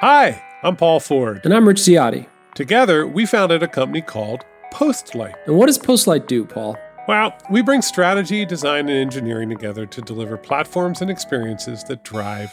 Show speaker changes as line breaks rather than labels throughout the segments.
Hi, I'm Paul Ford.
And I'm Rich Ciotti.
Together, we founded a company called Postlight.
And what does Postlight do, Paul?
Well, we bring strategy, design, and engineering together to deliver platforms and experiences that drive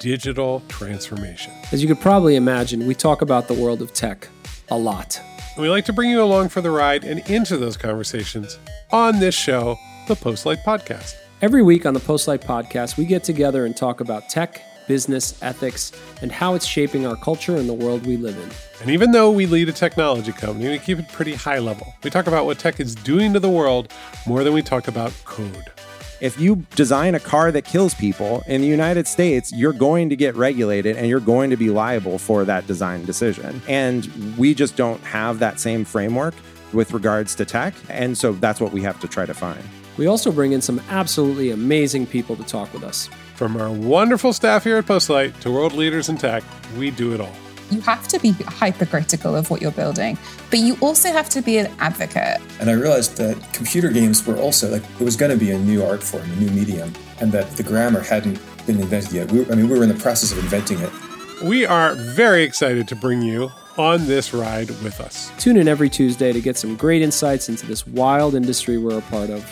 digital transformation.
As you could probably imagine, we talk about the world of tech a lot.
We like to bring you along for the ride and into those conversations on this show, the Postlight Podcast.
Every week on the Postlight podcast, we get together and talk about tech, business, ethics, and how it's shaping our culture and the world we live in.
And even though we lead a technology company, we keep it pretty high level. We talk about what tech is doing to the world more than we talk about code.
If you design a car that kills people in the United States, you're going to get regulated and you're going to be liable for that design decision. And we just don't have that same framework with regards to tech. And so that's what we have to try to find.
We also bring in some absolutely amazing people to talk with us.
From our wonderful staff here at Postlight to world leaders in tech, we do it all.
You have to be hypercritical of what you're building, but you also have to be an advocate.
And I realized that computer games were also like it was going to be a new art form, a new medium, and that the grammar hadn't been invented yet. We, I mean, we were in the process of inventing it.
We are very excited to bring you on this ride with us.
Tune in every Tuesday to get some great insights into this wild industry we're a part of.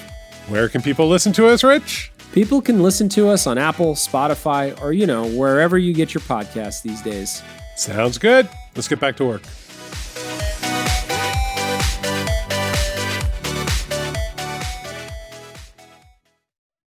Where can people listen to us, Rich?
People can listen to us on Apple, Spotify, or, you know, wherever you get your podcasts these days.
Sounds good. Let's get back to work.